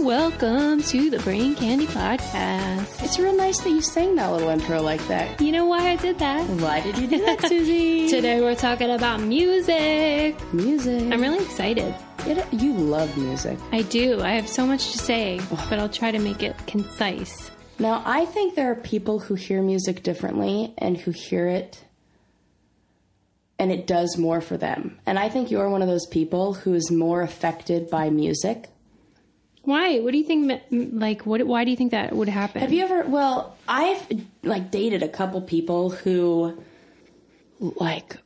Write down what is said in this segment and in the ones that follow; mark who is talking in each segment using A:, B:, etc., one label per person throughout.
A: Welcome to the Brain Candy Podcast.
B: It's real nice that you sang that little intro like that.
A: You know why I did that?
B: Why did you do that, Susie?
A: Today we're talking about music.
B: music.
A: I'm really excited.
B: It- you love music.
A: I do. I have so much to say, but I'll try to make it concise.
B: Now, I think there are people who hear music differently and who hear it and it does more for them. And I think you're one of those people who is more affected by music.
A: Why? What do you think? ma- m- Like, what? Why do you think that would happen?
B: Have you ever well, I've like dated a couple people who like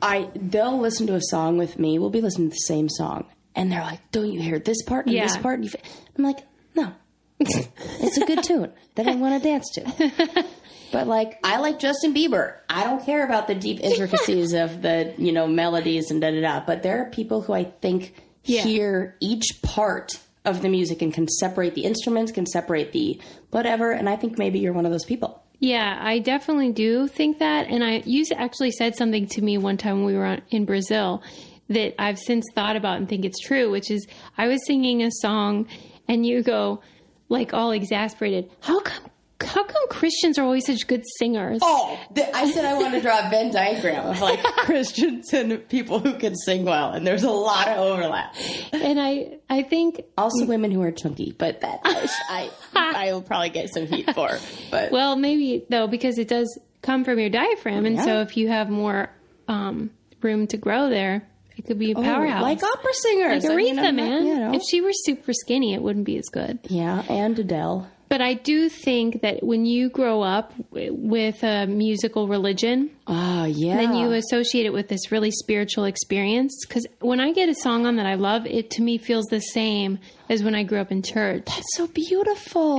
B: I they'll listen to a song with me. We'll be listening to the same song and they're like, "Don't you hear this part and this
A: Yeah.
B: part?" And you f-" I'm like, "No." it's a good tune that I want to dance to. But like I like Justin Bieber. I don't care about the deep intricacies of the, you know, melodies and da da da. But there are people who I think
A: Yeah.
B: hear each part of the music and can separate the instruments, can separate the whatever, and I think maybe you're one of those people.
A: Yeah, I definitely do think that. And I you actually said something to me one time when we were on, in Brazil that I've since thought about and think it's true, which is I was singing a song and you go like all exasperated. How come how come Christians are always such good singers?
B: Oh, th- I said I wanted to draw a Venn diagram of like Christians and people who can sing well, and there's a lot of overlap.
A: And I I think
B: Also, women who are chunky, but that I I will probably get some heat for. But
A: well maybe though because it does come from your diaphragm and so
B: Yeah.
A: if you have more um room to grow there, it could be a powerhouse.
B: Oh, like opera singers,
A: Aretha,
B: I mean, I'm not-
A: man.
B: you know.
A: If she were super skinny, it wouldn't be as good.
B: yeah, and Adele.
A: But I do think that when you grow up w- with a musical religion, Ah,
B: Oh yeah,
A: then you associate it with this really spiritual experience. Because when I get a song on that I love, it to me feels the same as when I grew up in church.
B: That's so beautiful.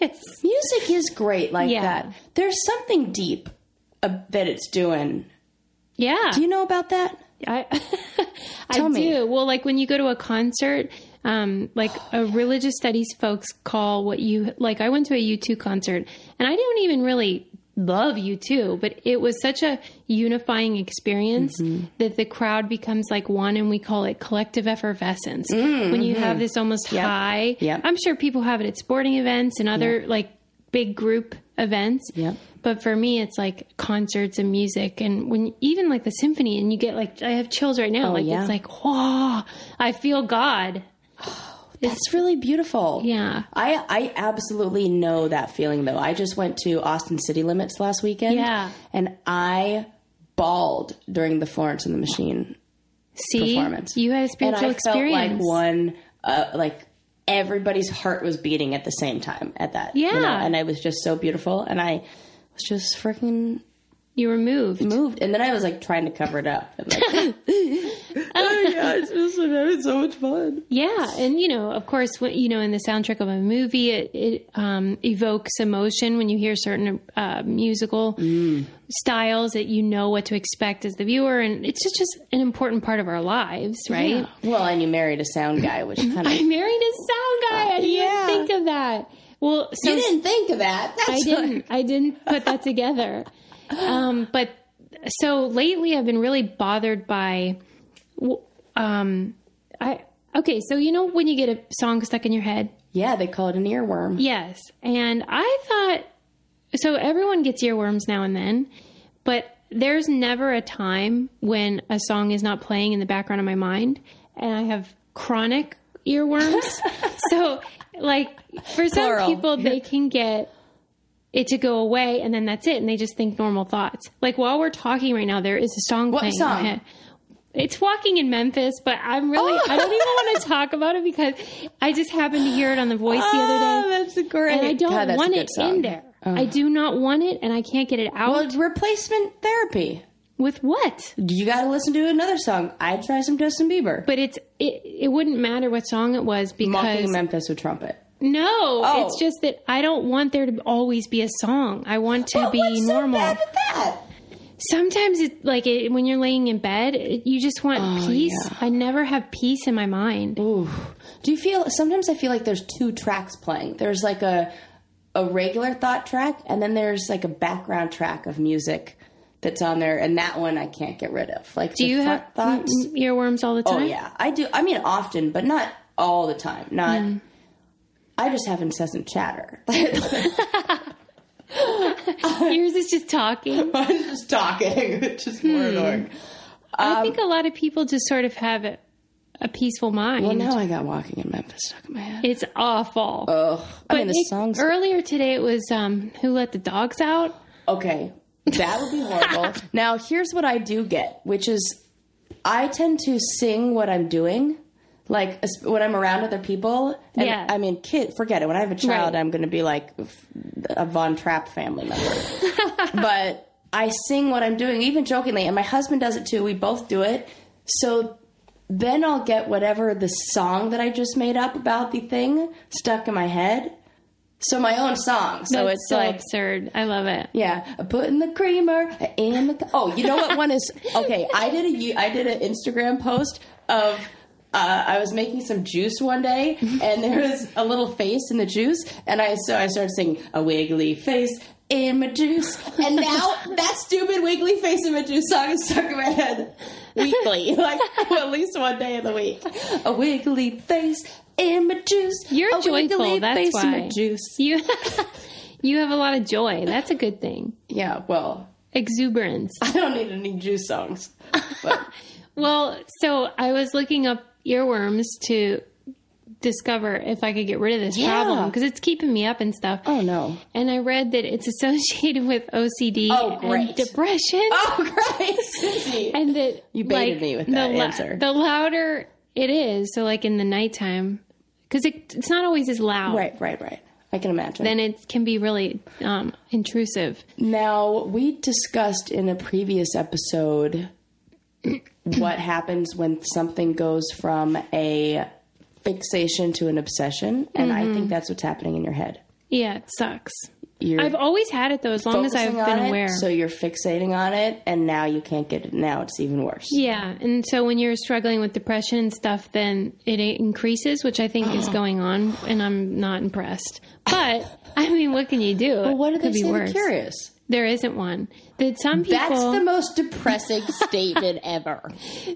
B: Music is great like
A: Yeah.
B: that. There's something deep uh, that it's doing.
A: Yeah,
B: Do you know about that?
A: I, I
B: Tell me.
A: do. Well, like when you go to a concert, um, like a religious studies folks call what you like. I went to a U2 concert, and I didn't even really love U2, but it was such a unifying experience
B: Mm-hmm.
A: that the crowd becomes like one, and we call it collective effervescence. When you have this almost high,
B: Mm-hmm. Yep.
A: I'm sure people have it at sporting events and other like big group events.
B: Yep.
A: But for me, it's like concerts and music, and when even like the symphony, and you get like I have chills right now. like
B: Oh, yeah.
A: it's like, whoa, I feel God.
B: That's really beautiful.
A: Yeah,
B: I, I absolutely know that feeling though. I just went to Austin City Limits last weekend.
A: Yeah.
B: And I bawled during the Florence and the Machine
A: see,
B: Performance.
A: you had a
B: and
A: spiritual
B: I
A: experience.
B: felt like one, uh, like everybody's heart was beating at the same time at that. you know?
A: Yeah.
B: and I was just so beautiful, and I was just freaking
A: you were moved.
B: moved. And then I was like trying to cover it up. And like, oh yeah, it's just I'm having so much fun.
A: Yeah, and you know, of course, when, you know, in the soundtrack of a movie, it, it um, evokes emotion when you hear certain uh, musical
B: Mm.
A: styles that you know what to expect as the viewer, and it's just just an important part of our lives, right?
B: Well, and you married a sound guy, which kind of
A: I married a sound guy. I didn't
B: Yeah.
A: even think of that. Well, so
B: you didn't think of that. That's
A: I didn't. I didn't put that together. Um, but so lately, I've been really bothered by. w- Um, I okay. So you know when you get a song stuck in your head.
B: Yeah, they call it an earworm.
A: Yes, and I thought so. Everyone gets earworms now and then, but there's never a time when a song is not playing in the background of my mind, and I have chronic earworms. so, like for some
B: Plural.
A: people, they can get it to go away, and then that's it, and they just think normal thoughts. Like while we're talking right now, there is a song playing. in my
B: song?
A: head. It's walking in Memphis, but I'm really I don't even want to talk about it because I just happened to hear it on the voice the other day.
B: Oh, that's great.
A: And I don't
B: God, that's a
A: want
B: good
A: it
B: song. Oh.
A: in there. I do not want it, and I can't get it out.
B: Well, it's replacement therapy.
A: with what?
B: You got to listen to another song. I'd try some Justin Bieber.
A: But it's it, it wouldn't matter what song it was because
B: Mocking Oh. Memphis with trumpet.
A: no, it's just that I don't want there to always be a song. I want to be
B: What's
A: normal.
B: So bad with that?
A: Sometimes it like it, when you're laying in bed, it, you just want
B: Oh,
A: peace. I never have peace in my mind.
B: Do you feel sometimes I feel like there's two tracks playing. There's like a a regular thought track and then there's like a background track of music that's on there and that one I can't get rid of. Like
A: Do you have
B: thoughts?
A: mm, earworms all the
B: Oh
A: time?
B: Mm-hmm. yeah. I do I mean often, but not all the time. Not I just have incessant chatter.
A: Yours is just talking.
B: I'm just talking, which is more annoying. Um,
A: I think a lot of people just sort of have a, a peaceful mind.
B: Well, now I got walking in Memphis stuck in my head.
A: It's awful.
B: Ugh. I mean, the
A: it-
B: song's Oh,
A: earlier today it was um, who let the dogs out.
B: Okay. That would be horrible. now, here's what I do get, which is I tend to sing what I'm doing, like es- when I'm around other people. And,
A: Yeah.
B: I mean, kid, forget it. When I have a child,
A: Right.
B: I'm going to be like f- a Von Trapp family member. but I sing what I'm doing, even jokingly, and my husband does it too. We both do it. So then I'll get whatever the song that I just made up about the thing stuck in my head. So my own song. So
A: That's
B: it's
A: so
B: like
A: absurd. I love it.
B: yeah, I put in the creamer I in the. Oh, you know what one is? Okay, I did a you- I did an Instagram post of. Uh, I was making some juice one day, and there was a little face in the juice, and I so I started singing a wiggly face in my juice, and now that stupid wiggly face in my juice song is stuck in my head weekly, like at least one day in the week. A wiggly face in my juice.
A: You're
B: a
A: joyful.
B: wiggly
A: That's
B: face in
A: why
B: my juice.
A: You you have a lot of joy. That's a good thing.
B: Yeah, well,
A: Exuberance.
B: I don't need any juice songs. But
A: Well, so I was looking up earworms to discover if I could get rid of this
B: Yeah.
A: problem because it's keeping me up and stuff.
B: oh no.
A: And I read that it's associated with OCD
B: Oh,
A: and
B: great.
A: depression.
B: Oh great, Susie.
A: And that you
B: baited me with that
A: the lou-
B: answer.
A: the louder it is, so like in the nighttime, because it, it's not always as loud.
B: right, right, right. I can imagine.
A: Then it can be really um, intrusive.
B: now we discussed in a previous episode what happens when something goes from a fixation to an obsession, and I
A: Mm-hmm.
B: think that's what's happening in your head.
A: Yeah, it sucks.
B: You're
A: I've always had it though, as long as I've
B: focusing
A: been
B: on it,
A: aware.
B: so you're fixating on it, and now you can't get it. Now it's even worse.
A: yeah, and so when you're struggling with depression and stuff, then it increases, which I think is going on, and I'm not impressed. But I mean, what can you do? Well,
B: What
A: it
B: did
A: could
B: they
A: be
B: say?
A: worse?
B: to Curious.
A: There isn't one. That some people
B: That's the most depressing statement ever.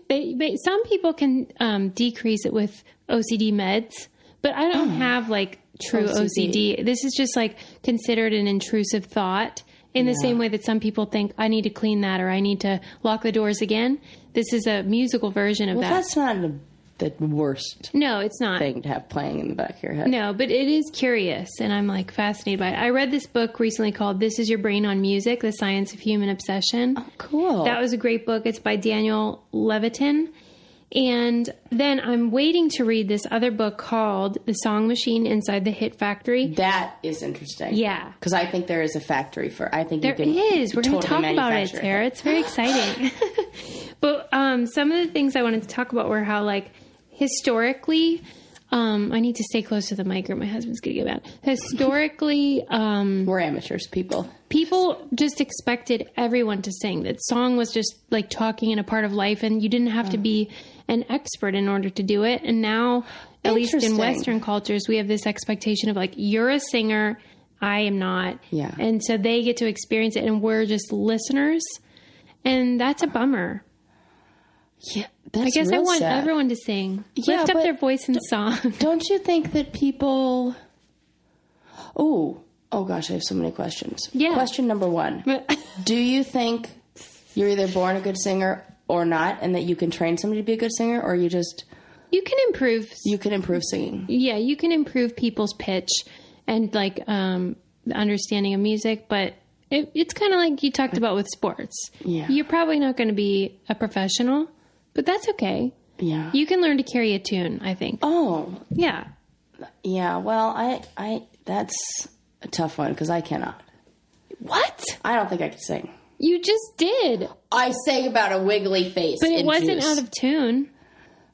A: They, they, some people can um, decrease it with OCD meds, but I
B: Oh.
A: don't have like true OCD.
B: OCD.
A: This is just like considered an intrusive thought in the same way that some people think I need to clean that or I need to lock the doors again. This is a musical version of
B: Well,
A: that.
B: that's not the, the worst
A: No, it's not.
B: thing to have playing in the back of your head.
A: No, but it is curious, and I'm like fascinated by it. I read this book recently called "This Is Your Brain on Music: The Science of Human Obsession."
B: Oh. Cool.
A: That was a great book. It's by Daniel Levitin. And then I'm waiting to read this other book called The Song Machine Inside the Hit Factory.
B: that is interesting.
A: Yeah.
B: Because I think there is a factory for. I think
A: There
B: you can
A: is. We're going to
B: totally
A: talk about it,
B: manufacture
A: Sarah. It's very exciting. but um, some of the things I wanted to talk about were how, like, historically, um, I need to stay close to the mic or my husband's going to get mad. Historically, um,
B: We're amateurs, people.
A: people just expected everyone to sing that song was just like talking and a part of life and you didn't have to be an expert in order to do it and now at least in
B: Interesting.
A: western cultures we have this expectation of like you're a singer i am not
B: Yeah.
A: and so they get to experience it and we're just listeners and that's a bummer
B: Yeah. That's
A: i guess i
B: real
A: want
B: sad.
A: everyone to sing
B: Yeah,
A: lift up
B: but
A: their voice in song
B: Don't you think that people. Oh, oh gosh, I have so many questions.
A: Yeah.
B: Question number one Do you think you're either born a good singer or not, and that you can train somebody to be a good singer, or you just.
A: you can improve
B: You can improve singing.
A: yeah you can improve people's pitch and like um the understanding of music but it, it's kind of like you talked about with sports
B: Yeah.
A: you're probably not going to be a professional but that's okay
B: Yeah.
A: you can learn to carry a tune i think
B: oh,
A: yeah
B: Yeah, well, I, I, that's a tough one because I cannot.
A: what
B: I don't think I could sing.
A: you just did
B: I sang about a wiggly face.
A: but it
B: in
A: wasn't
B: juice.
A: out of tune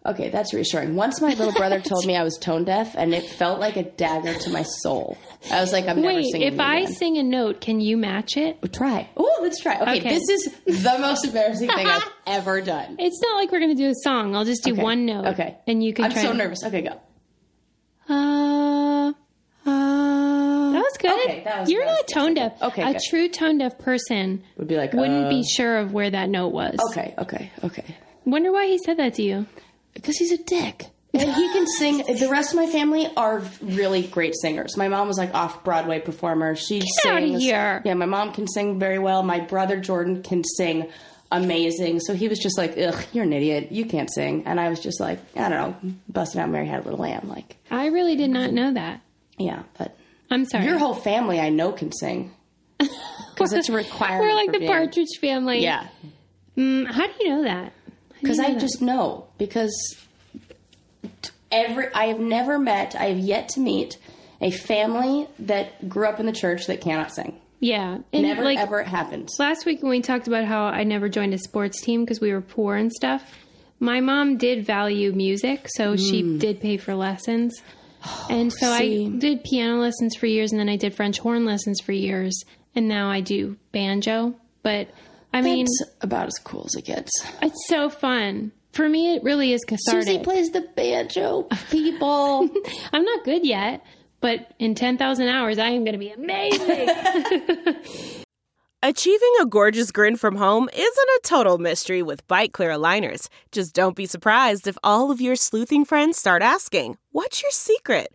B: Okay, that's reassuring. Once my little brother told me I was tone deaf, and it felt like a dagger to my soul. I was like, I'm never
A: wait
B: singing.
A: if i
B: again.
A: sing a note can you match it
B: try, oh, let's try. Okay,
A: Okay.
B: this is the most embarrassing thing I've ever done.
A: it's not like we're going to do a song i'll just do
B: Okay.
A: one note
B: Okay,
A: and you can
B: I'm
A: try
B: so
A: to-
B: nervous. Okay, go.
A: uh,
B: Uh,
A: That was good.
B: Okay, that was-
A: You're
B: that was
A: not tone deaf.
B: Okay,
A: a
B: good.
A: true tone deaf person
B: would be like
A: wouldn't
B: uh,
A: be sure of where that note was.
B: Okay, okay, okay.
A: Wonder why he said that to you.
B: Because he's a dick. And he can sing. The rest of my family are really great singers. My mom was like off Broadway performer. She
A: Get outta
B: sings.
A: here.
B: Yeah, my mom can sing very well. My brother Jordan can sing amazing. So he was just like, "Ugh, you're an idiot. You can't sing." And I was just like, I don't know, busting out "Mary Had a Little Lamb." Like,
A: I really did not know that.
B: yeah, but
A: I'm sorry.
B: your whole family I know can sing because it's a requirement.
A: We're like
B: for
A: the
B: being-
A: Partridge Family.
B: Yeah,
A: Mm, how do you know that?
B: because I just know because t- every I have never met I have yet to meet a family that grew up in the church that cannot sing.
A: Yeah. And
B: Never
A: like
B: ever happens.
A: last week when we talked about how I never joined a sports team because we were poor and stuff, my mom did value music, so she did pay for lessons. And so I
B: Hmm. Oh, see.
A: did piano lessons for years and then I did French horn lessons for years and now I do banjo, but I mean
B: It's about as cool as it gets.
A: it's so fun. For me it really is cathartic.
B: Susie plays the banjo. Oh, People,
A: I'm not good yet, but in 10,000 hours I am going to be amazing.
C: Achieving a gorgeous grin from home isn't a total mystery with bite clear aligners. Just don't be surprised if all of your sleuthing friends start asking, What's your secret?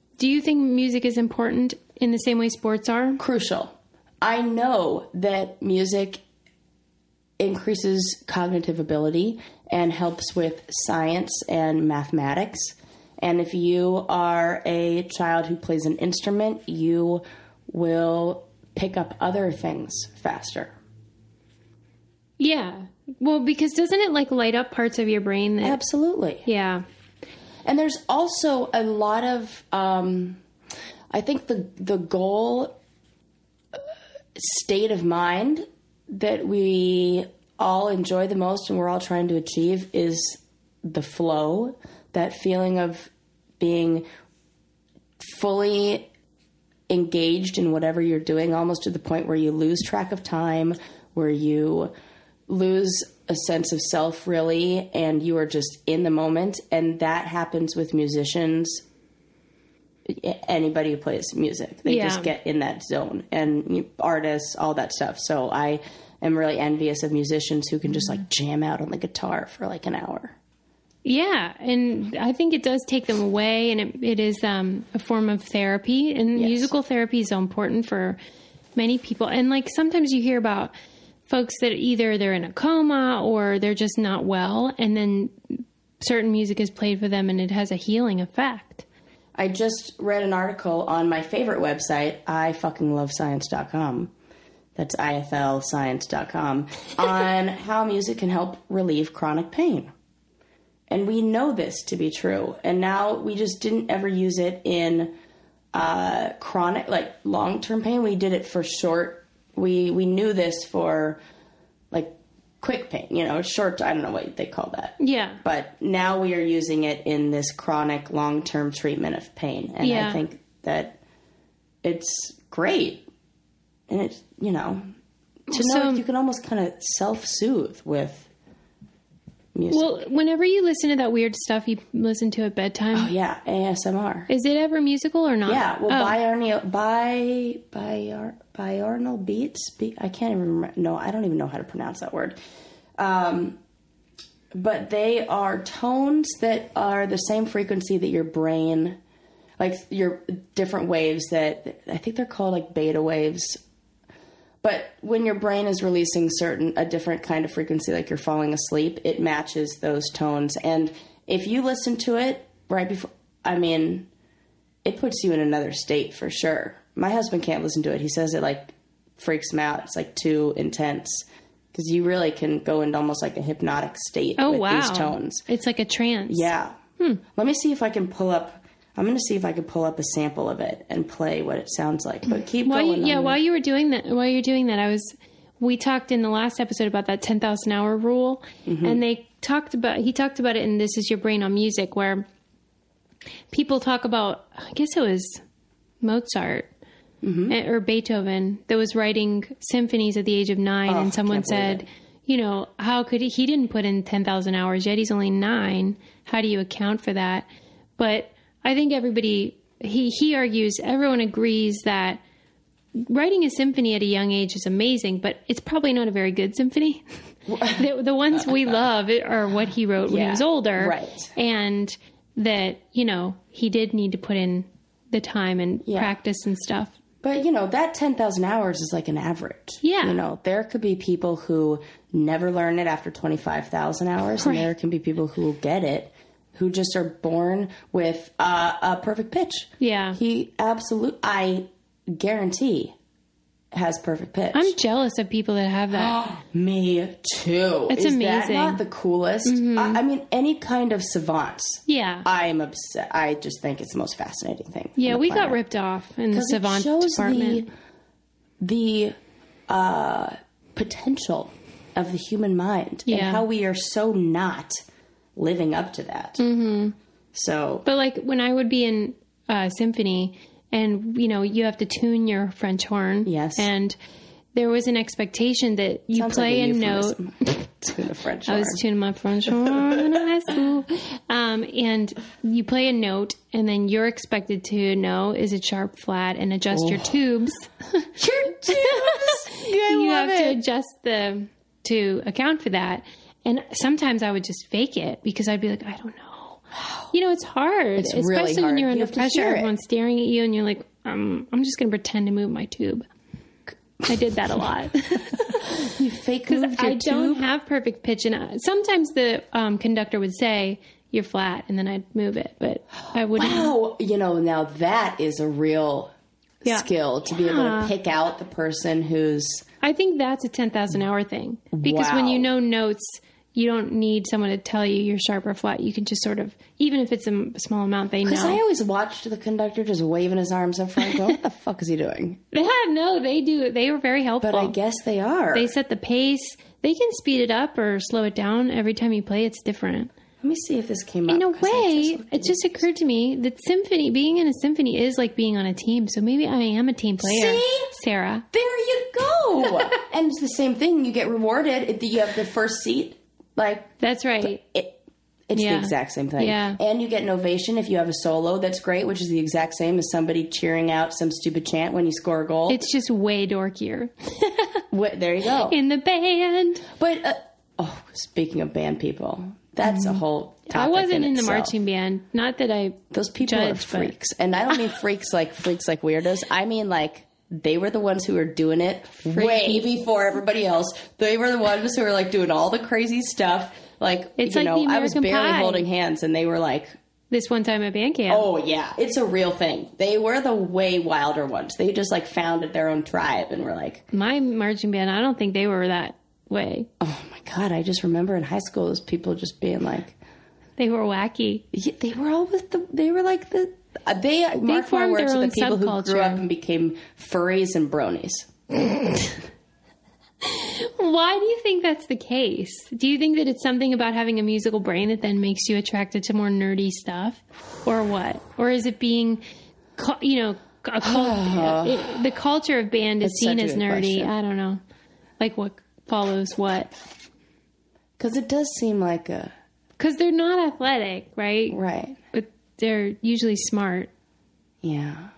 A: Do you think music is important in the same way sports are?
B: crucial. I know that music increases cognitive ability and helps with science and mathematics. And if you are a child who plays an instrument, you will pick up other things faster.
A: Yeah. Well, because doesn't it like light up parts of your brain that?
B: Absolutely.
A: Yeah.
B: And there's also a lot of, um, I think the the goal uh, state of mind that we all enjoy the most and we're all trying to achieve is the flow, that feeling of being fully engaged in whatever you're doing, almost to the point where you lose track of time, where you lose a sense of self, really, and you are just in the moment. And that happens with musicians, a- anybody who plays music. They
A: Yeah.
B: just get in that zone, and you- artists, all that stuff. So I am really envious of musicians who can just like jam out on the guitar for like an hour.
A: Yeah, and I think it does take them away, and it, it is um, a form of therapy. And musical therapy is so important for many people. And like sometimes you hear about folks that either they're in a coma or they're just not well, and then certain music is played for them, and it has a healing effect.
B: I just read an article on my favorite website, I fucking love science.com. That's iflscience.com on how music can help relieve chronic pain. And we know this to be true. And now we just didn't ever use it in uh, chronic, like long term pain. We did it for short. We we knew this for like quick pain, you know, short. I don't know what they call that
A: Yeah.
B: but now we are using it in this chronic long-term treatment of pain and
A: Yeah.
B: i think that it's great and it's you know to know
A: So-
B: you can almost kind of self-soothe with music
A: Well, whenever you listen to that weird stuff you listen to at bedtime,
B: Oh, yeah asmr
A: is it ever musical or not?
B: yeah well
A: Oh,
B: biarnal bi bi biarnal beats be, i can't even remember no i don't even know how to pronounce that word um but they are tones that are the same frequency that your brain like your different waves that i think they're called like beta waves but when your brain is releasing certain a different kind of frequency like you're falling asleep it matches those tones and if you listen to it right before i mean it puts you in another state for sure. My husband can't listen to it. He says it like freaks him out. It's like too intense because you really can go into almost like a hypnotic state
A: oh
B: with
A: wow, Hmm.
B: these tones.
A: It's like a trance.
B: Yeah. Let me see if I can pull up. I'm going to see if I can pull up a sample of it and play what it sounds like. But keep
A: While you,
B: going.
A: yeah,
B: on.
A: while you were doing that, while you're doing that, I was. We talked in the last episode about that ten thousand hour
B: Mm-hmm.
A: rule, and they talked about he talked about it in "This Is Your Brain on Music," where people talk about, I guess it was Mozart
B: Mm-hmm.
A: eh, or Beethoven that was writing symphonies at the age of nine, and someone
B: Oh, can't believe
A: said, you know, how could he, he didn't put in 10,000 hours yet? He's only nine. How do you account for that? But I think everybody, he, he argues, everyone agrees that writing a symphony at a young age is amazing, but it's probably not a very good symphony. the, the ones we love are what he wrote when he
B: Yeah,
A: was older.
B: right.
A: And that, you know, he did need to put in the time and practice and stuff.
B: But you know, that 10,000 hours is like an average.
A: Yeah.
B: You know, there could be people who never learn it after 25,000 hours, and there can be people who will get it who just are born with uh, a perfect pitch.
A: Yeah.
B: He absolute I guarantee has perfect pitch.
A: I'm jealous of people that have that.
B: Me too. It's is That
A: amazing. Mm-hmm.
B: not the coolest. I, I mean, any kind of savants.
A: yeah.
B: I am obsessed. I just think it's the most fascinating thing. on
A: yeah,
B: the
A: we got
B: planet.
A: ripped off in the
B: 'Cause it
A: savant
B: shows
A: department.
B: the, the uh, potential of the human mind and
A: Yeah.
B: how we are so not living up to that. Mm-hmm. So
A: But like when I would be in uh, symphony, and you know you have to tune your French horn.
B: Yes.
A: And there was an expectation that you
B: sounds
A: play
B: like
A: a note.
B: note to the French.
A: I was tuning my French horn in high school, um, and you play a note, and then you're expected to know is it sharp, flat, and adjust
B: Oh.
A: your tubes.
B: Your tubes! I
A: you
B: love
A: have to
B: it.
A: adjust the to account for that. And sometimes I would just fake it because I'd be like, I don't know. You know, it's hard, especially
B: really
A: when
B: hard.
A: you're
B: You
A: under
B: have to
A: pressure.
B: hear it.
A: Everyone's staring at you, and you're like, um, I'm just going to pretend to move my tube. I did that a lot.
B: fake moved your
A: I don't have perfect pitch, and I, sometimes the um, conductor would say you're flat, and then I'd move it, but I wouldn't.
B: Oh, you know, now that is a real
A: Yeah.
B: skill to be able
A: Yeah.
B: to pick out the person who's
A: I think that's a 10,000 hour thing because when
B: Wow.
A: you know notes, you don't need someone to tell you you're sharp or flat. You can just sort of, even if it's a m- small amount, they
B: because I
A: know.
B: always watched the conductor just waving his arms up front, going, "What the fuck is he doing?"
A: yeah, no, they do. They were very helpful.
B: But I guess they are.
A: they set the pace. They can speed it up or slow it down every time you play. It's different.
B: Let me see if this came up.
A: In a
B: 'cause I
A: way,
B: just-
A: it just occurred to me that symphony, being in a symphony, is like being on a team. So maybe I am a team player,
B: See?
A: Sarah.
B: there you go. and it's the same thing. You get rewarded. If you have the first seat. Like
A: That's right.
B: it, it's
A: Yeah.
B: the exact same thing.
A: Yeah.
B: And you get an ovation if you have a solo. That's great, which is the exact same as somebody cheering out some stupid chant when you score a goal.
A: It's just way dorkier
B: Wh- there you go.
A: in the band.
B: But uh, oh, speaking of band people, that's a whole. Topic
A: Mm-hmm. I wasn't in the
B: itself.
A: marching band. Not that I
B: Those people
A: judge,
B: are
A: but-
B: freaks, and I don't mean freaks like freaks like weirdos. I mean like they were the ones who were doing it way before everybody else. They were the ones who were like doing all the crazy stuff. Like
A: It's
B: you
A: like
B: know,
A: the
B: I was
A: American
B: barely
A: Pie.
B: holding hands, and they were like.
A: this one time at band camp.
B: Oh yeah, it's a real thing. They were the way wilder ones. They just like founded their own tribe and were like,
A: My marching band, I don't think they were that way.
B: "Oh my god!" I just remember in high school, those people just being like,
A: They were wacky.
B: Yeah, they were all with the. They were like the. uh, They mark my
A: formed
B: words
A: their
B: are the
A: own
B: people who grew
A: subculture.
B: up and became furries and bronies.
A: Why do you think that's the case? Do you think that it's something about having a musical brain that then makes you attracted to more nerdy stuff, or what? Or is it being, cu- you know, a cult, it- the culture of band is
B: That's
A: seen
B: such a
A: as
B: good
A: nerdy?
B: question.
A: I don't know, like what follows what.
B: Because it does seem like a
A: Because they're not athletic, right?
B: right.
A: But they're usually smart.
B: Yeah.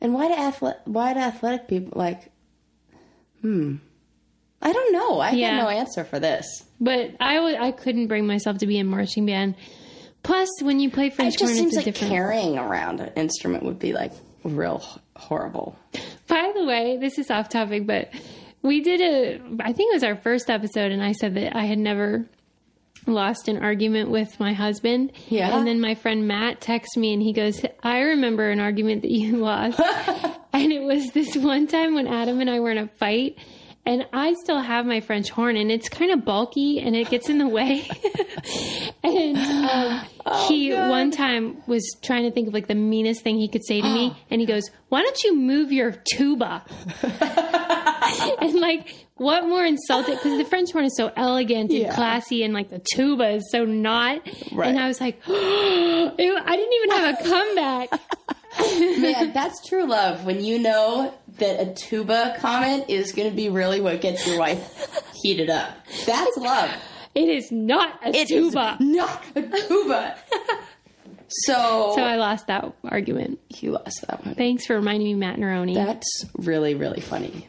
B: And why do athlete? Why do athletic people like? Hmm. I don't know. I
A: Yeah.
B: have no answer for this.
A: But I w- I couldn't bring myself to be in marching band. Plus, when you play French
B: It just
A: horn,
B: seems
A: it's a
B: like
A: different.
B: carrying around an instrument would be like real h- horrible.
A: By the way, this is off topic, but we did a. I think it was our first episode, and I said that I had never lost an argument with my husband.
B: Yeah.
A: And then my friend Matt texts me, and he goes, "I remember an argument that you lost." And it was this one time when Adam and I were in a fight, and I still have my French horn, and it's kind of bulky and it gets in the way. and um,
B: Oh,
A: he one time was trying to think of like the meanest thing he could say to me, and he goes, "Why don't you move your tuba?" and like, what more insulting? Because the French horn is so elegant and
B: Yeah.
A: classy, and like the tuba is so not.
B: Right.
A: And I was like, Ew, I didn't even have a comeback.
B: Man, that's true love when you know that a tuba comment is going to be really what gets your wife heated up. That's love.
A: It is not a
B: It is
A: tuba.
B: not a tuba. So,
A: so I lost that argument.
B: you lost that one.
A: Thanks for reminding me, Matt Neroni.
B: That's really, really funny.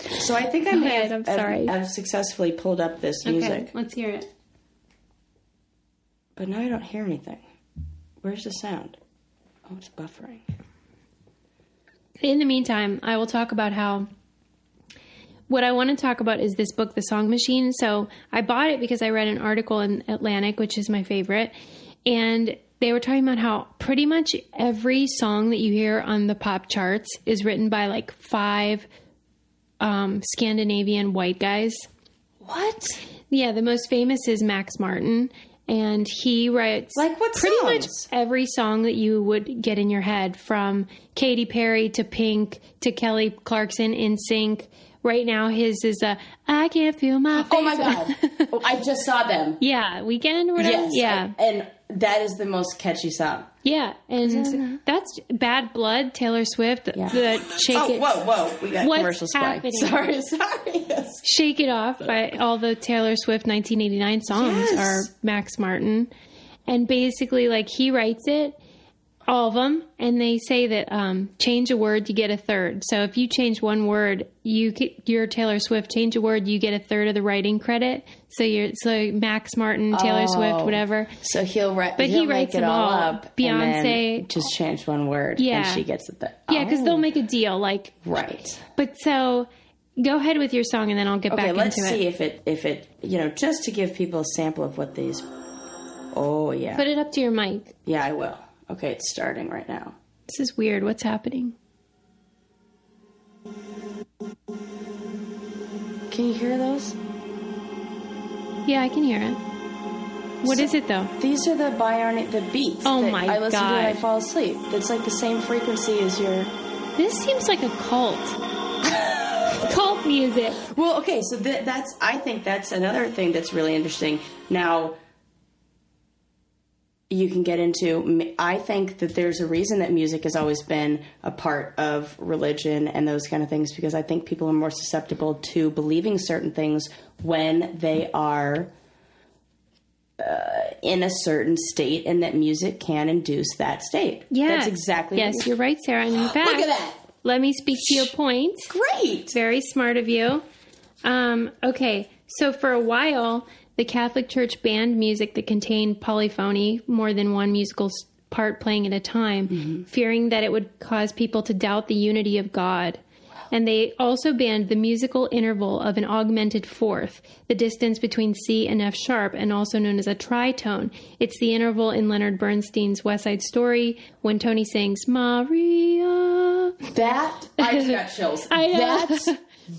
B: So I think I
A: Go
B: may
A: ahead,
B: have,
A: I'm sorry.
B: I've, I've successfully pulled up this
A: okay,
B: music,
A: let's hear it.
B: but now I don't hear anything. Where's the sound? Oh, it's buffering.
A: In the meantime, I will talk about how what I want to talk about is this book, The Song Machine. So I bought it because I read an article in Atlantic, which is my favorite, and they were talking about how pretty much every song that you hear on the pop charts is written by like five um, Scandinavian white guys.
B: What?
A: Yeah, the most famous is Max Martin, and he writes
B: Like what
A: pretty
B: songs?
A: much every song that you would get in your head, from Katy Perry to Pink to Kelly Clarkson in Sync. Right now, his is a I can't feel my.
B: Oh my
A: face."
B: god! Oh, I just saw them.
A: Yeah, weekend or whatever.
B: Yes.
A: yeah,
B: And that is the most catchy song.
A: yeah, and that's Bad Blood, Taylor Swift, the Shake
B: Oh,
A: It,
B: whoa, whoa! We got
A: What's
B: commercial spy.
A: happening?
B: Sorry, sorry. Yes.
A: Shake It Off by all the Taylor Swift 1989 songs
B: Yes.
A: are Max Martin. And basically, like, he writes it, all of them, and they say that um, change a word, you get a third. So if you change one word, you get, you're Taylor Swift. Change a word, you get a third of the writing credit. So you're so Max Martin, Taylor
B: Oh.
A: Swift, whatever.
B: So he'll write,
A: But he
B: he'll
A: writes
B: make it
A: them
B: all
A: all.
B: up. and then
A: Beyonce-
B: just change one word, and
A: Yeah.
B: she gets it. The, oh,
A: Yeah, because they'll make a deal. Like,
B: right.
A: but so go ahead with your song, and then I'll get
B: Okay,
A: back
B: let's
A: into
B: see
A: it.
B: if it if it you know just to give people a sample of what these. Oh yeah,
A: Put it up to your mic.
B: yeah, I will. Okay, it's starting right now.
A: This is weird. What's happening?
B: Can you hear those?
A: Yeah, I can hear it. What is it though?
B: These are the bionic the beats.
A: Oh
B: that
A: my
B: I listen to and I
A: God.
B: fall asleep. It's like the same frequency as your.
A: This seems like a cult. cult music.
B: Well, okay, so th- that's I think that's another thing that's really interesting. Now you can get into m- I think that there's a reason that music has always been a part of religion and those kind of things because I think people are more susceptible to believing certain things when they are uh, in a certain state and that music can induce that state.
A: Yeah.
B: That's exactly
A: Yes,
B: what
A: you're right, Sarah. And in fact,
B: Look at that.
A: Let me speak to your point.
B: Great.
A: Very smart of you. Um, okay, so for a while, the Catholic Church banned music that contained polyphony, more than one musical s- part playing at a time, fearing that it would cause people to doubt the unity of God. And they also banned the musical interval of an augmented fourth, the distance between C and F sharp, and also known as a tritone. It's the interval in Leonard Bernstein's West Side Story when Tony sings Maria.
B: That I just got chills.
A: I know.
B: That's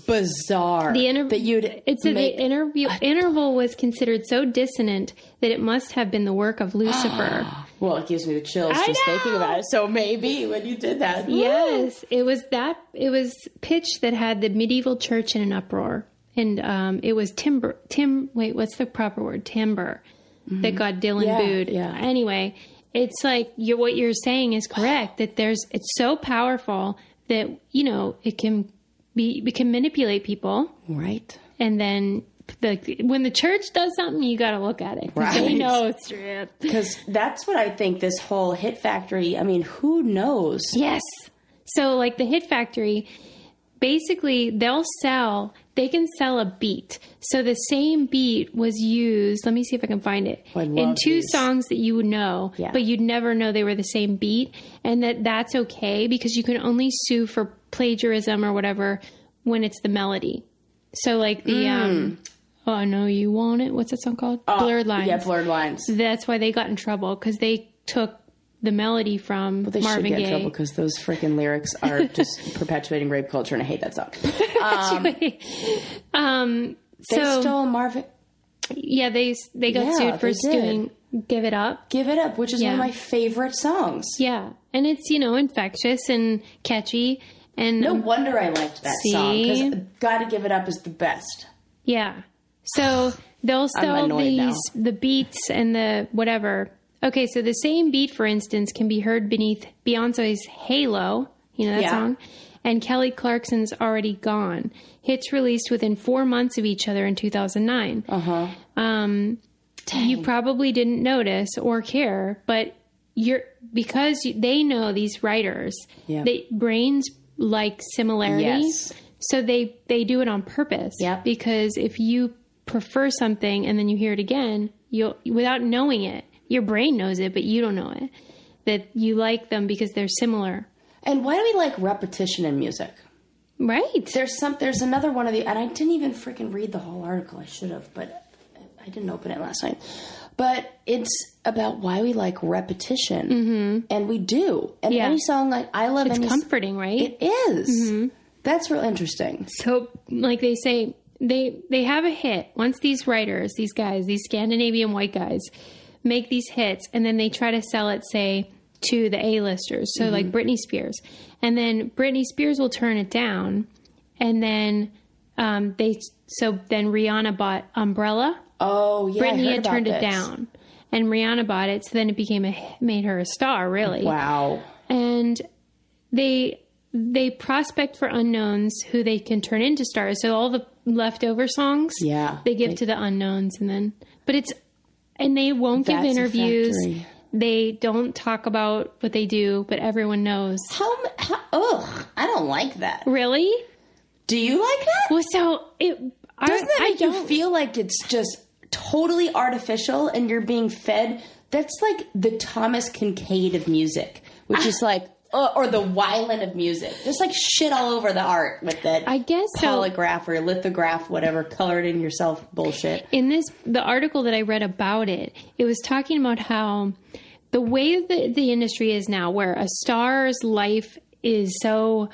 B: bizarre.
A: The inter-
B: that you'd
A: it's a,
B: make
A: the interview interval was considered so dissonant that it must have been the work of Lucifer.
B: Well, it gives me the chills
A: I
B: just
A: know.
B: thinking about it. So maybe when you did that,
A: yes, it was that it was pitch that had the medieval church in an uproar, and um, it was timber tim. Wait, what's the proper word? Timber that got Dylan
B: Mm-hmm. Yeah,
A: booed.
B: yeah.
A: Anyway, it's like you're, what you're saying is correct that there's it's so powerful that you know it can be, we can manipulate people,
B: Right.
A: and then the when the church does something, you got to look at it. 'Cause
B: Right.
A: We know it's true.
B: Because that's what I think this whole hit factory, I mean, who knows?
A: Yes. So, like the Hit Factory, basically they'll sell, they can sell a beat. So, the same beat was used, let me see if I can find it,
B: Oh, I love
A: in two
B: these.
A: songs that you would know,
B: Yeah.
A: but you'd never know they were the same beat. And that that's okay because you can only sue for plagiarism or whatever when it's the melody. So, like the,
B: Mm.
A: um, oh, I know you want it. What's that song called? Blurred Lines.
B: Oh, Yeah, blurred lines.
A: That's why they got in trouble because they took the melody from
B: They should
A: Marvin
B: get in
A: Gaye.
B: trouble because those freaking lyrics are just perpetuating rape culture, and I hate that song.
A: Um,
B: They
A: so
B: stole Marvin.
A: yeah, they they got
B: Yeah,
A: sued for
B: they did.
A: doing give it up.
B: Give It Up, which is one of
A: Yeah.
B: my favorite songs.
A: Yeah, and it's you know infectious and catchy and
B: No wonder I liked that song
A: Mm-hmm. See?
B: because "Gotta Give It Up" is the best.
A: yeah. So they'll sell
B: annoyed
A: these
B: now.
A: the beats and the whatever. Okay, so the same beat, for instance, can be heard beneath Beyonce's "Halo," you know that
B: Yeah.
A: song, and Kelly Clarkson's "Already Gone." Hits released within four months of each other in 2009.
B: Uh-huh.
A: um, you probably didn't notice or care, but you're because you, they know these writers.
B: Yep.
A: They brains like similarities,
B: Yes.
A: so they they do it on purpose.
B: Yep.
A: Because if you prefer something and then you hear it again, you'll without knowing it, your brain knows it, but you don't know it that you like them because they're similar,
B: And why do we like repetition in music?
A: right?
B: There's some. There's another one of the, and I didn't even freaking read the whole article. I should have, but I didn't open it last night. But it's about why we like repetition, mm-hmm. and we do. And
A: Yeah.
B: any song, like I love
A: it's Mm-hmm.
B: any.
A: comforting, right?
B: It is. That's real interesting.
A: So, like they say, they they have a hit. Once these writers, these guys, these Scandinavian white guys, make these hits, and then they try to sell it, say, to the A-listers. So,
B: Mm-hmm.
A: like Britney Spears, and then Britney Spears will turn it down, and then um, they so then Rihanna bought Umbrella.
B: Oh yeah, I
A: Britney
B: heard
A: had
B: about
A: turned it
B: this.
A: down, and Rihanna bought it. So then it became a hit- made her a star, really
B: Wow.
A: and they they prospect for unknowns who they can turn into stars. So all the leftover songs,
B: Yeah.
A: they give to the unknowns, and then but it's and they won't give
B: That's a
A: interviews.
B: factory.
A: They don't talk about what they do, but everyone knows.
B: How? m- how ugh, I don't like that.
A: Really?
B: Do you like that?
A: Well, so it I-
B: Doesn't that
A: I,
B: make you
A: don't-
B: feel like it's just totally artificial and you're being fed? That's like the Thomas Kincaid of music, which
A: Ah.
B: is like, uh, or the Weiland of music. Just like shit all over the art with that.
A: I guess so.
B: Polygraph or lithograph, whatever, colored in yourself bullshit.
A: in this the article that I read about it, it was talking about how the way that the industry is now, where a star's life is so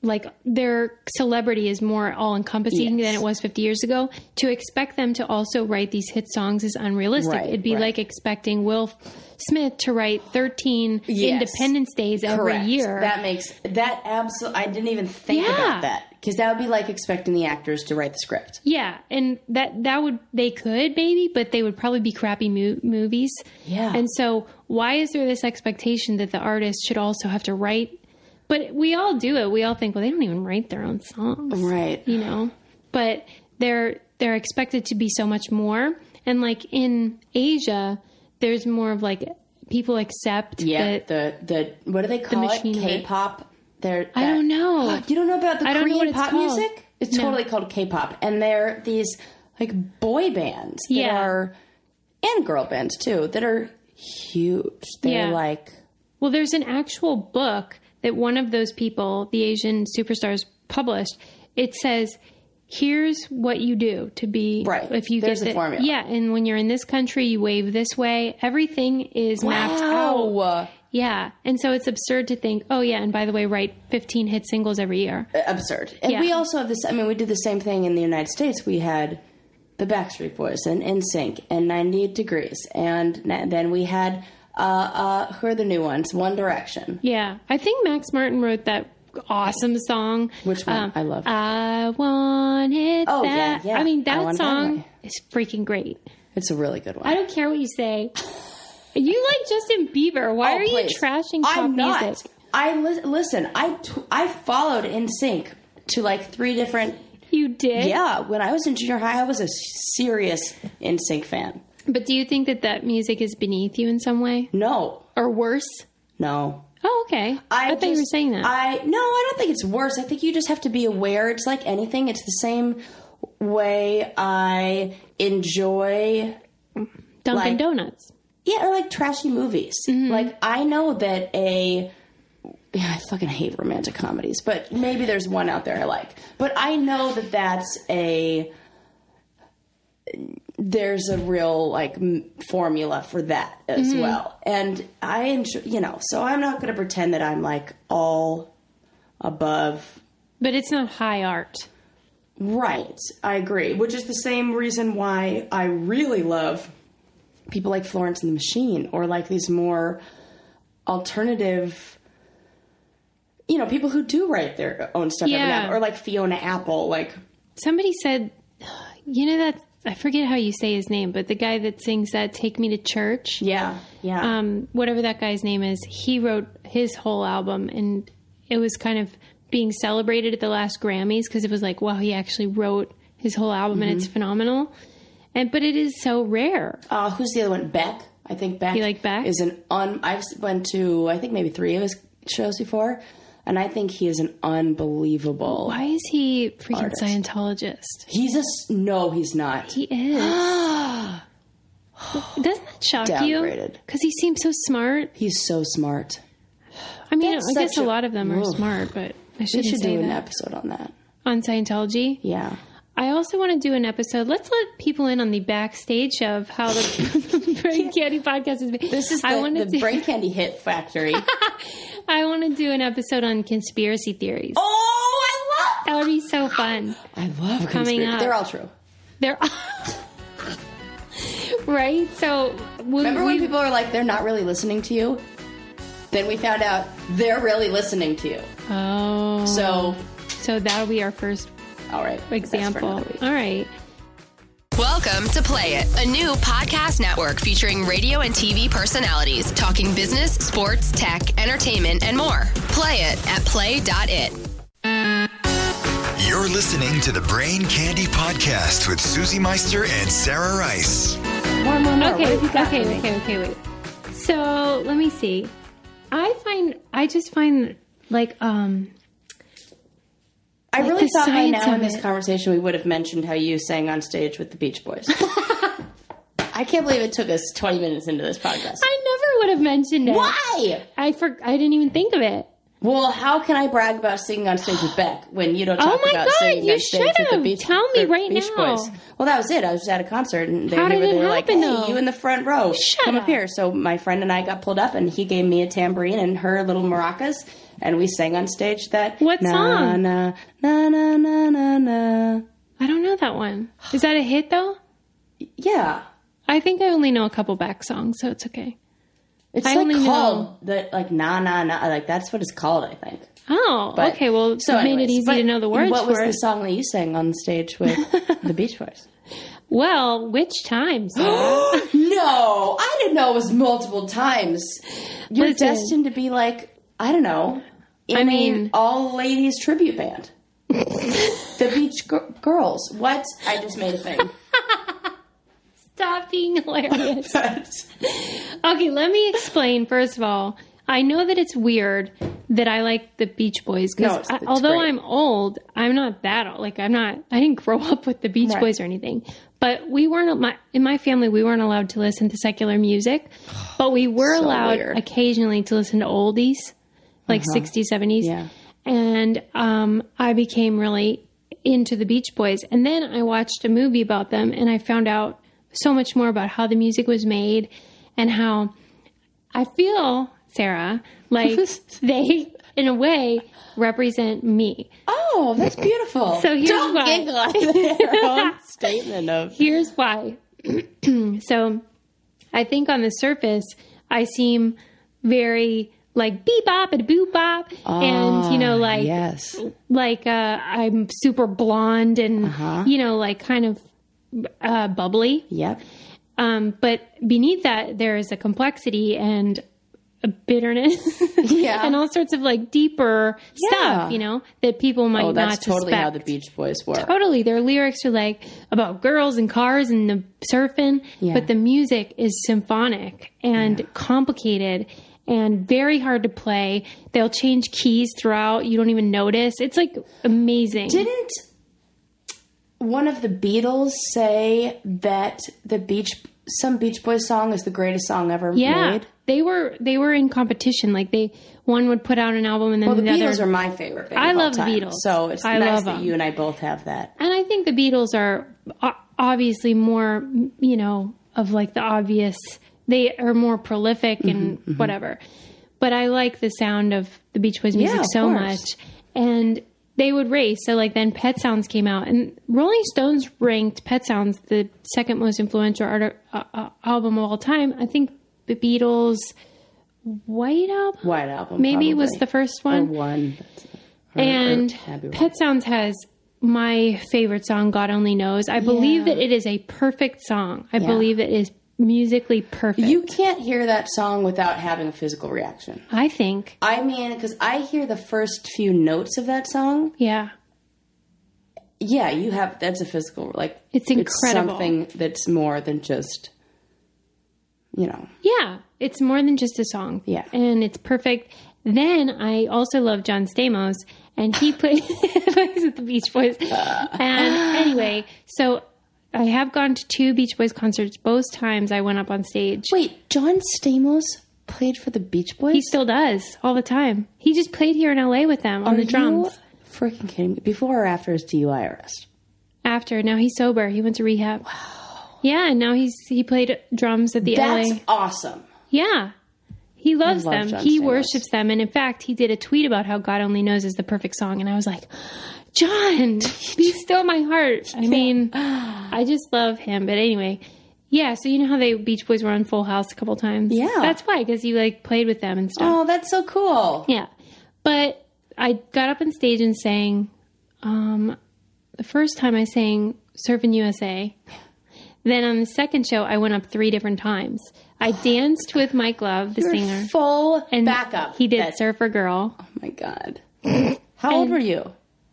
A: like their celebrity is more all encompassing than it was 50 years ago, to expect them to also write these hit songs is unrealistic.
B: Right,
A: It'd be
B: right.
A: like expecting Will Smith to write 13
B: Yes.
A: Independence Days every year.
B: That makes that absolutely. I didn't even think
A: Yeah.
B: about that because that would be like expecting the actors to write the script.
A: Yeah, and that that would they could maybe, but they would probably be crappy mo- movies.
B: Yeah.
A: And so, why is there this expectation that the artist should also have to write? But we all do it. We all think, well, they don't even write their own songs,
B: Right.
A: You know, but they're they're expected to be so much more. And like in Asia, there's more of like people accept
B: Yeah,
A: that.
B: the the what do they call it?
A: machine gun.
B: K-pop. They're,
A: I don't know.
B: You don't know about the
A: I don't know
B: Korean
A: what it's
B: pop
A: called.
B: music? It's
A: No.
B: totally called K-pop, and they're these like boy bands that
A: Yeah.
B: are and girl bands too that are huge. They're
A: Yeah.
B: like
A: Well, there's an actual book that one of those people, the Asian superstars, published. It says, "Here's what you do to be
B: Right.
A: If you
B: There's
A: get
B: a
A: the-
B: formula.
A: yeah, and when you're in this country, you wave this way. Everything is mapped out.
B: wow, Uh,
A: Yeah, and so it's absurd to think, oh yeah, and by the way, write 15 hit singles every year.
B: absurd. And
A: Yeah.
B: we also have this. I mean, we did the same thing in the United States. We had the Backstreet Boys and NSYNC and 98 Degrees, and na- then we had uh, uh, who are the new ones? One Direction.
A: yeah, I think Max Martin wrote that awesome song. Um,
B: Which one? I love.
A: I want it.
B: Oh, yeah,
A: that.
B: yeah.
A: I mean,
B: I
A: that
B: Want It That
A: song
B: Way.
A: is freaking great.
B: It's a really good one.
A: I don't care what you say. You like Justin Bieber. Why
B: Oh,
A: are
B: please.
A: you trashing pop
B: I'm not.
A: music?
B: I li- listen. I t- I followed In Sync to like three different.
A: You did?
B: Yeah, when I was in junior high, I was a serious NSYNC fan.
A: But do you think that that music is beneath you in some way
B: No,
A: or worse?
B: no.
A: Oh, okay. I, thought you were
B: just-
A: saying that.
B: I no, I don't think it's worse. I think you just have to be aware. It's like anything. It's the same way I enjoy
A: Dunkin'
B: like-
A: Donuts.
B: Yeah, or like trashy movies. Like I know that a yeah, I fucking hate romantic comedies, but maybe there's one out there I like. But I know that that's a there's a real like m- formula for that as well. And I enjoy, you know, so I'm not going to pretend that I'm like all above
A: But it's not high art.
B: Right, I agree. Which is the same reason why I really love people like Florence and the Machine or like these more alternative, you know, people who do write their own stuff every now
A: Yeah.
B: and- or like Fiona Apple. Like,
A: Somebody said, you know that I forget how you say his name, but the guy that sings that "Take Me to Church,"
B: yeah, yeah.
A: um, whatever that guy's name is, he wrote his whole album, and it was kind of being celebrated at the last Grammys because it was like, wow, he actually wrote his whole album, and it's
B: Mm-hmm.
A: phenomenal. And but it is so rare.
B: Uh, who's the other one? Beck. I think Beck.
A: You like Beck?
B: Is an un. I've went to I think maybe three of his shows before, and I think he is an unbelievable.
A: Why is he freaking
B: Artist.
A: Scientologist?
B: He's a s- no, he's not.
A: He is. Doesn't that shock you?
B: Downgraded.
A: Because he seems so smart.
B: He's so smart.
A: I mean,
B: That's
A: I guess
B: such
A: a
B: a-
A: lot of them are
B: Oof.
A: smart, but I
B: We
A: shouldn't
B: should
A: say
B: do an
A: that.
B: episode on that.
A: on Scientology.
B: Yeah.
A: I also want to do an episode. Let's let people in on the backstage of how the Brain Candy podcast is. made.
B: This is the,
A: I want to
B: the
A: do,
B: brain candy hit factory.
A: I want to do an episode on conspiracy theories.
B: oh, I
A: That would be so fun.
B: I love
A: Coming
B: conspiracy.
A: up.
B: They're all true.
A: They're right. So we,
B: Remember when
A: we-
B: people were like, "They're not really listening to you." Then we found out they're really listening to you.
A: Oh,
B: So,
A: so that'll be our first
B: all right.
A: example.
B: That's for another week.
A: All right.
D: Welcome to Play It, a new podcast network featuring radio and TV personalities talking business, sports, tech, entertainment, and more. Play it at play.it.
E: You're listening to the Brain Candy Podcast with Susie Meister and Sarah Rice.
B: More, more, more. What
A: Okay,
B: have you got
A: okay,
B: for me?
A: okay, okay, wait. So let me see. I find I just find like um
B: I really
A: the
B: thought by
A: science
B: now
A: of
B: in this
A: it.
B: conversation we would have mentioned how you sang on stage with the Beach Boys. I can't believe it took us 20 minutes into this podcast.
A: I never would have mentioned it.
B: Why?
A: I for I didn't even think of it.
B: Well, how can I brag about singing on stage with Beck when you don't
A: Oh
B: talk
A: my
B: about
A: God,
B: singing
A: you
B: on stage with the
A: should've.
B: Beach
A: Tell me
B: the
A: right
B: Beach
A: now.
B: Boys? Well, that was it. I was just at a concert and they,
A: How
B: were
A: did
B: they
A: it
B: were like,
A: happen,
B: "Hey,
A: though?
B: you in the front row, come up. here." So my friend and I got pulled up, and he gave me a tambourine and her little maracas, and we sang on stage that
A: What
B: na,
A: song?
B: Na na na na na na.
A: I don't know that one. Is that a hit though?
B: Yeah,
A: I think I only know a couple back songs, so it's okay.
B: it's
A: I
B: like
A: only
B: called the like na na na. Like that's what it's called, I think.
A: Oh,
B: But-
A: okay. Well, so made
B: anyways,
A: it easy
B: but
A: to know the words
B: What was
A: for
B: the
A: it.
B: song that you sang on stage with the Beach Boys?
A: Well, which time? Sarah?
B: No, I didn't know it was multiple times. You're
A: Listen.
B: destined to be like, I don't know, in
A: I
B: I
A: mean-
B: mean, all ladies tribute band. the Beach Gir- Girls. What? I just made a thing.
A: Stop being hilarious.
B: But
A: Okay, let me explain. First of all, I know that it's weird that I like the Beach Boys
B: No,
A: because
B: it's- it's
A: although
B: great.
A: I'm old, I'm not that old. Like I'm not. I didn't grow up with the Beach Boys or anything. But we weren't my in my family. We weren't allowed to listen to secular music, but we were
B: So
A: allowed
B: weird.
A: occasionally to listen to oldies, like 60s, 70s.
B: Uh-huh. Yeah.
A: And um, I became really into the Beach Boys, and then I watched a movie about them, and I found out so much more about how the music was made and how I feel, Sarah, like they, in a way, represent me.
B: oh, that's beautiful.
A: So here's
B: Don't
A: why.
B: giggle at your own statement of
A: Here's why. so I think on the surface, I seem very like bebop and boop bop, and you know,
B: Ah,
A: like
B: yes.
A: like uh, I'm super blonde and
B: Uh-huh.
A: you know, like kind of uh, bubbly.
B: Yep.
A: Um, but beneath that, there is a complexity and a bitterness
B: Yeah.
A: and all sorts of like deeper
B: Yeah.
A: stuff, you know, that people might
B: Oh, that's
A: not
B: totally
A: suspect.
B: how the Beach Boys were.
A: Totally. Their lyrics are like about girls and cars and the surfing,
B: Yeah.
A: but the music is symphonic and complicated and very hard to play. They'll change keys throughout. You don't even notice. It's like amazing.
B: Didn't one of the Beatles say that the Beach some Beach Boys song is the greatest song ever
A: yeah.
B: made?
A: They were they were in competition. Like they one would put out an album and then
B: Well, the
A: the other
B: Beatles are my favorite. Band
A: Mm, I
B: of all
A: love the
B: time,
A: Beatles.
B: So it's
A: I
B: nice
A: love
B: that
A: 'em.
B: you and I both have that.
A: And I think the Beatles are o- obviously more, you know, of like the obvious. They are more prolific and
B: Mm-hmm,
A: whatever. But I like the sound of the Beach Boys music
B: of
A: so much.
B: course.
A: And they would race. So like then Pet Sounds came out and Rolling Stones ranked Pet Sounds the second most influential art- uh, uh, album of all time. I think the Beatles White Album
B: White album.
A: maybe was
B: probably.
A: the first
B: Or
A: one.
B: one. That's- or- or
A: And
B: Abbey Road.
A: Pet Sounds has my favorite song, God Only Knows. I believe that it is a perfect song. I believe it is musically perfect.
B: You can't hear that song without having a physical reaction.
A: I think.
B: I mean, because I hear the first few notes of that song.
A: Yeah.
B: Yeah, you have that's a physical like
A: It's incredible.
B: something that's more than just you know.
A: Yeah. It's more than just a song.
B: Yeah.
A: And it's perfect. Then I also love John Stamos and he play, plays with the Beach Boys. And anyway, so I have gone to two Beach Boys concerts. Both times I went up on stage.
B: Wait, John Stamos played for the Beach Boys.
A: He still does all the time. He just played here in LA with them on
B: Are
A: the drums.
B: You freaking kidding me? Before or after his DUI arrest?
A: After now he's sober. He went to rehab. Wow. Yeah, and now he's he played drums at the
B: That's
A: LA.
B: awesome.
A: Yeah. He loves
B: love
A: them.
B: John
A: he
B: Stamos.
A: worships them. And in fact, he did a tweet about how God Only Knows is the perfect song. And I was like, John, be still my heart. I mean, I just love him. But anyway, yeah. So you know how they Beach Boys were on Full House a couple times?
B: Yeah.
A: That's why, because you like played with them and stuff.
B: Oh, that's so cool.
A: Yeah. But I got up on stage and sang um, the first time I sang Surfing USA. Then on the second show, I went up three different times. I danced with Mike Love, the singer,
B: Full
A: and
B: backup.
A: He did
B: That-
A: Surfer Girl.
B: Oh my god. How old were you?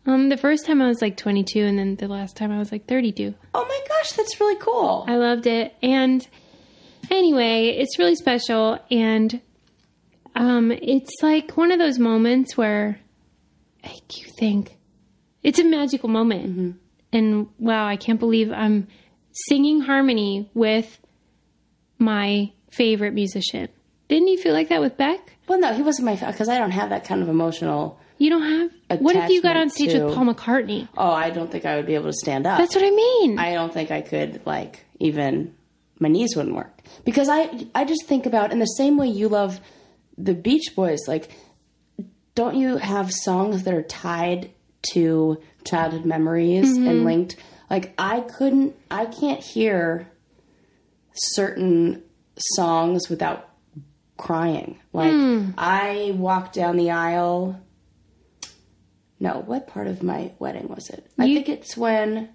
A: Um, the first time I was like 22, and then the last time I was like 32.
B: Oh my gosh, that's really cool.
A: I loved it. And anyway, it's really special. And um, it's like one of those moments where like, you think it's a magical moment.
B: Mm-hmm.
A: And wow, I can't believe I'm singing harmony with my favorite musician. Didn't you feel like that with Beck?
B: Well, no, he wasn't my because I don't have that kind of emotional.
A: You don't have. what if you got
B: Attachment
A: on stage
B: to-
A: with Paul McCartney?
B: Oh, I don't think I would be able to stand up.
A: That's what I mean.
B: I don't think I could like even my knees wouldn't work because I I just think about in the same way you love the Beach Boys like don't you have songs that are tied to childhood memories and linked like I couldn't I can't hear certain songs without crying like I walked down the aisle no what part of my wedding was it I think it's when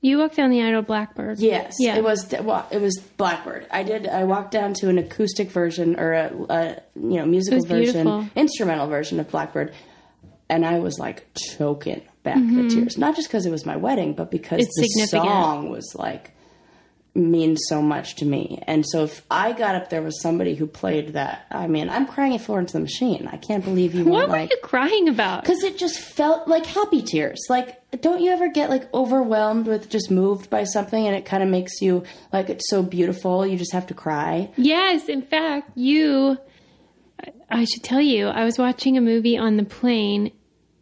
A: you walked down the aisle to Blackbird.
B: Yes,
A: Yeah.
B: it was. Well, it was Blackbird. I did. I walked down to an acoustic version or a, a you know musical
A: was
B: version,
A: beautiful.
B: instrumental version of Blackbird, and I was like choking back the tears. Not just because it was my wedding, but because
A: Mm-hmm. It's
B: the
A: significant.
B: song was like means so much to me. And so if I got up there with somebody who played that, I mean, I'm crying at Florence and the Machine. I can't believe you
A: What
B: weren't
A: were
B: like
A: you crying about?
B: because it just felt like happy tears. Like, don't you ever get like overwhelmed with just moved by something and it kind of makes you like it's so beautiful, you just have to cry?
A: Yes, in fact, you. I I should tell you, I was watching a movie on the plane,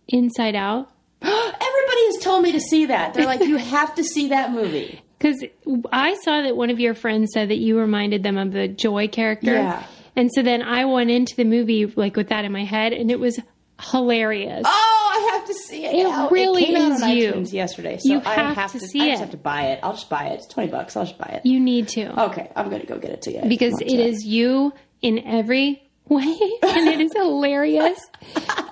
A: Inside Out,
B: Everybody has told me to see that. They're like, you have to see that movie.
A: because I saw that one of your friends said that you reminded them of the Joy character.
B: Yeah.
A: And so then I went into the movie like with that in my head, and it was hilarious.
B: Oh, I have to see it.
A: It
B: now.
A: really
B: it came out
A: is
B: on
A: you.
B: iTunes yesterday, so
A: You
B: I
A: have to see
B: I just
A: it.
B: have to buy it. I'll just buy it. It's twenty bucks. I'll just buy it.
A: You need to
B: okay, I'm gonna go get it today
A: because
B: Watch
A: it is you in every way, and it is hilarious.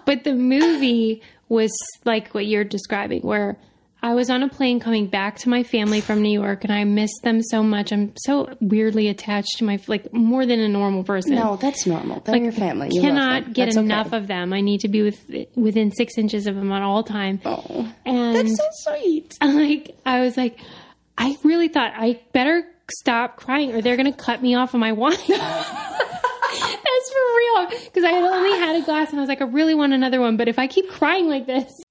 A: but the movie was like what you're describing, where I was on a plane coming back to my family from New York, and I miss them so much. I'm so weirdly attached to my like more than a normal person.
B: No, that's normal. They're your family. You love them.
A: cannot get
B: That's okay.
A: enough of them. I need to be with within six inches of them at all time.
B: Oh,
A: and
B: that's so sweet.
A: like I was like, I really thought I better stop crying or they're gonna cut me off of my wine. That's for real because I had only had a glass and I was like, I really want another one, but if I keep crying like this,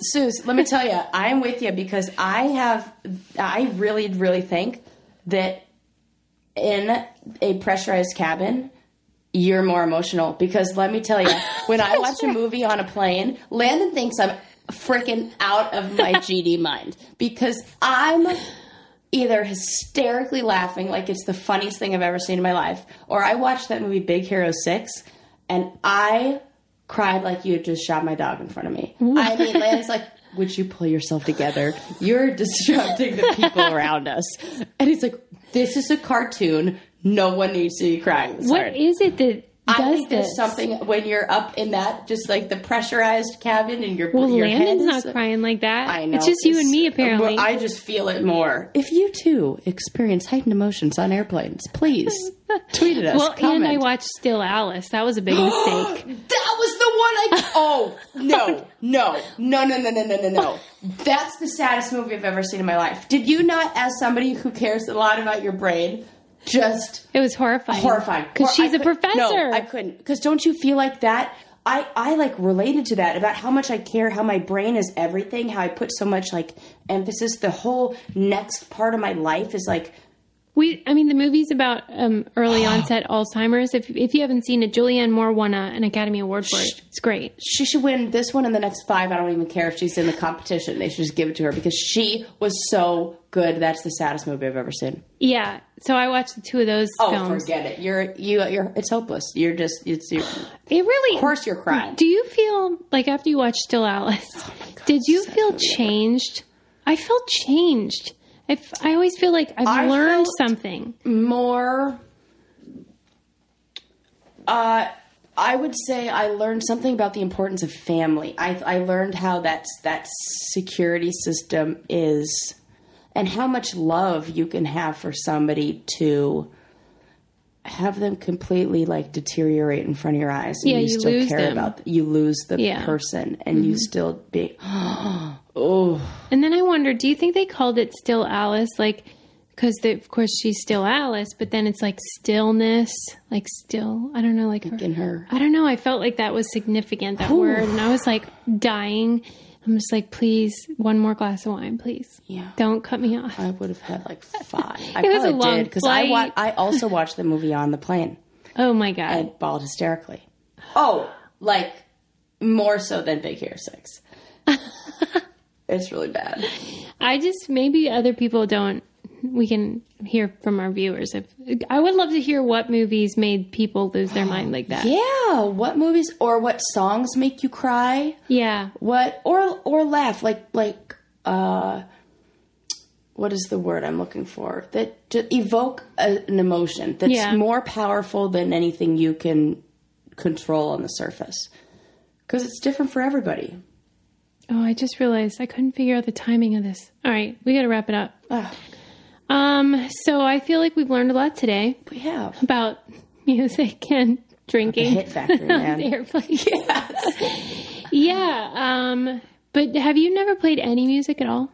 B: Suze, let me tell you, I'm with you because I have, I really, really think that in a pressurized cabin, you're more emotional because let me tell you, when I watch a movie on a plane, Landon thinks I'm freaking out of my GD mind because I'm either hysterically laughing like it's the funniest thing I've ever seen in my life, or I watched that movie Big Hero 6 and I cried like you had just shot my dog in front of me. I mean, Landon's like, would you pull yourself together? You're disrupting the people around us. And he's like, this is a cartoon. No one needs to be crying. This
A: what
B: hard."
A: is it that
B: I
A: does
B: think there's
A: this?
B: something when you're up in that, just like the pressurized cabin and your
A: well,
B: your
A: Landon's
B: head is-
A: not crying like that.
B: I know.
A: It's just you and me,
B: Well,
A: apparently.
B: I just feel it more. If you too experience heightened emotions on airplanes, please tweet at us.
A: well, and I
B: comment.
A: watched Still Alice. That was a big mistake.
B: That was the one I. Oh no, no, no, no, no, no, no, no, no. That's the saddest movie I've ever seen in my life. Did you not, as somebody who cares a lot about your brain, just
A: It was horrifying.
B: horrifying
A: because
B: Hor-
A: she's
B: I
A: a
B: could-
A: professor.
B: No, I couldn't. Because don't you feel like that? I I like related to that about how much I care, how my brain is everything, how I put so much like emphasis. The whole next part of my life is like
A: We, I mean, the movie's about um, early onset Alzheimer's. If if you haven't seen it, Julianne Moore won a, an Academy Award for it. It's great.
B: she should win this one and the next five. I don't even care if she's in the competition. They should just give it to her because she was so good. That's the saddest movie I've ever seen.
A: Yeah. So I watched the two of those
B: Oh,
A: films.
B: forget it. You're you you're it's hopeless. You're just it's you're, of
A: It really.
B: course you're crying. Oh
A: Do you feel like after you watched Still Alice, did you feel changed? I felt changed. I, f- I always feel like I've
B: I
A: learned
B: felt-
A: something.
B: more uh I would say I learned something about the importance of family. I I learned how that's that security system is and how much love you can have for somebody to have them completely like deteriorate in front of your eyes and
A: Yeah,
B: you,
A: you
B: still
A: lose
B: care
A: them.
B: about you lose the
A: Yeah. Mm-hmm.
B: person and you still be oh
A: And then I wonder, do you think they called it Still Alice? Like, because of course she's still Alice, but then it's like stillness, like still. I don't know, like her.
B: in her
A: I don't know. I felt like that was significant, that word. And I was like dying. I'm just like, please, one more glass of wine, please.
B: Yeah.
A: Don't cut me off.
B: I would have had like five. I
A: It was a
B: probably
A: long
B: did because I wa-
A: flight.
B: I also watched the movie on the plane
A: Oh my God.
B: and bawled hysterically. Oh, like more so than Big Hero Six. it's really bad.
A: I just, maybe other people don't. We can hear from our viewers. If I would love to hear what movies made people lose their mind like that.
B: Yeah, what movies or what songs make you cry?
A: Yeah.
B: What or or laugh like like uh what is the word I'm looking for that to evoke a, an emotion that's
A: Yeah.
B: more powerful than anything you can control on the surface because it's different for everybody.
A: Oh, I just realized I couldn't figure out the timing of this. All right, we got to wrap it up.
B: Ah,
A: Um, so I feel like we've learned a lot today
B: We have
A: about music and drinking.
B: The hit factory, man.
A: on the airplane. Yeah. yeah. Um, but have you never played any music at all?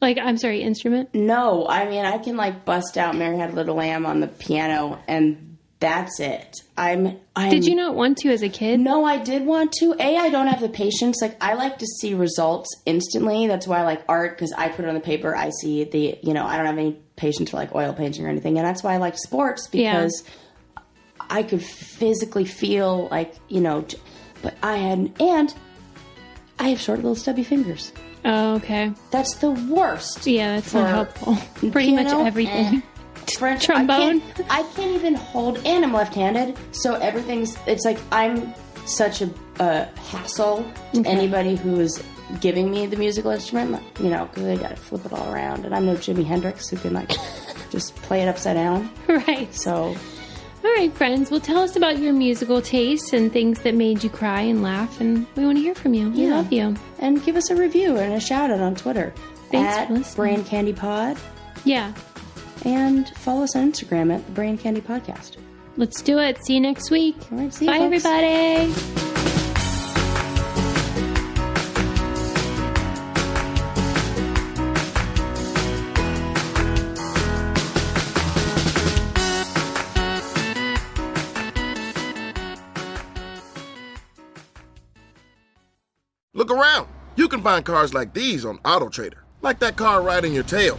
A: Like, I'm sorry, instrument?
B: No, I mean I can like bust out "Mary Had a Little Lamb" on the piano, and that's it. I'm. I'm
A: Did you not want to as a kid?
B: No, I did want to. A, I don't have the patience. Like I like to see results instantly. That's why I like art because I put it on the paper. I see the. You know, I don't have any patience for like oil painting or anything, and that's why I like sports because I could physically feel like you know. j- But I had and I have short little stubby fingers.
A: Oh, okay.
B: That's the worst.
A: Yeah, that's not
B: for
A: helpful. Pretty much
B: piano Eh.
A: everything.
B: French
A: Trombone.
B: I can't, I can't even hold, and I'm left-handed, so everything's. It's like I'm such a, a hassle to anybody who's giving me the musical instrument. like, You know, because I got to flip it all around, and I'm no Jimi Hendrix who can like just play it upside down.
A: Right.
B: So
A: All right, friends. Well, tell us about your musical tastes and things that made you cry and laugh, and we want to hear from you. We
B: Yeah.
A: love you.
B: and give us a review and a shout out on Twitter
A: Thanks for
B: at
A: listening.
B: Brain Candy Pod,
A: Yeah.
B: and follow us on Instagram at the Brain Candy Podcast.
A: Let's do it. See you next week.
B: All right, see you,
A: Bye,
B: folks.
A: everybody.
F: Look around. You can find cars like these on AutoTrader, like that car riding your tail.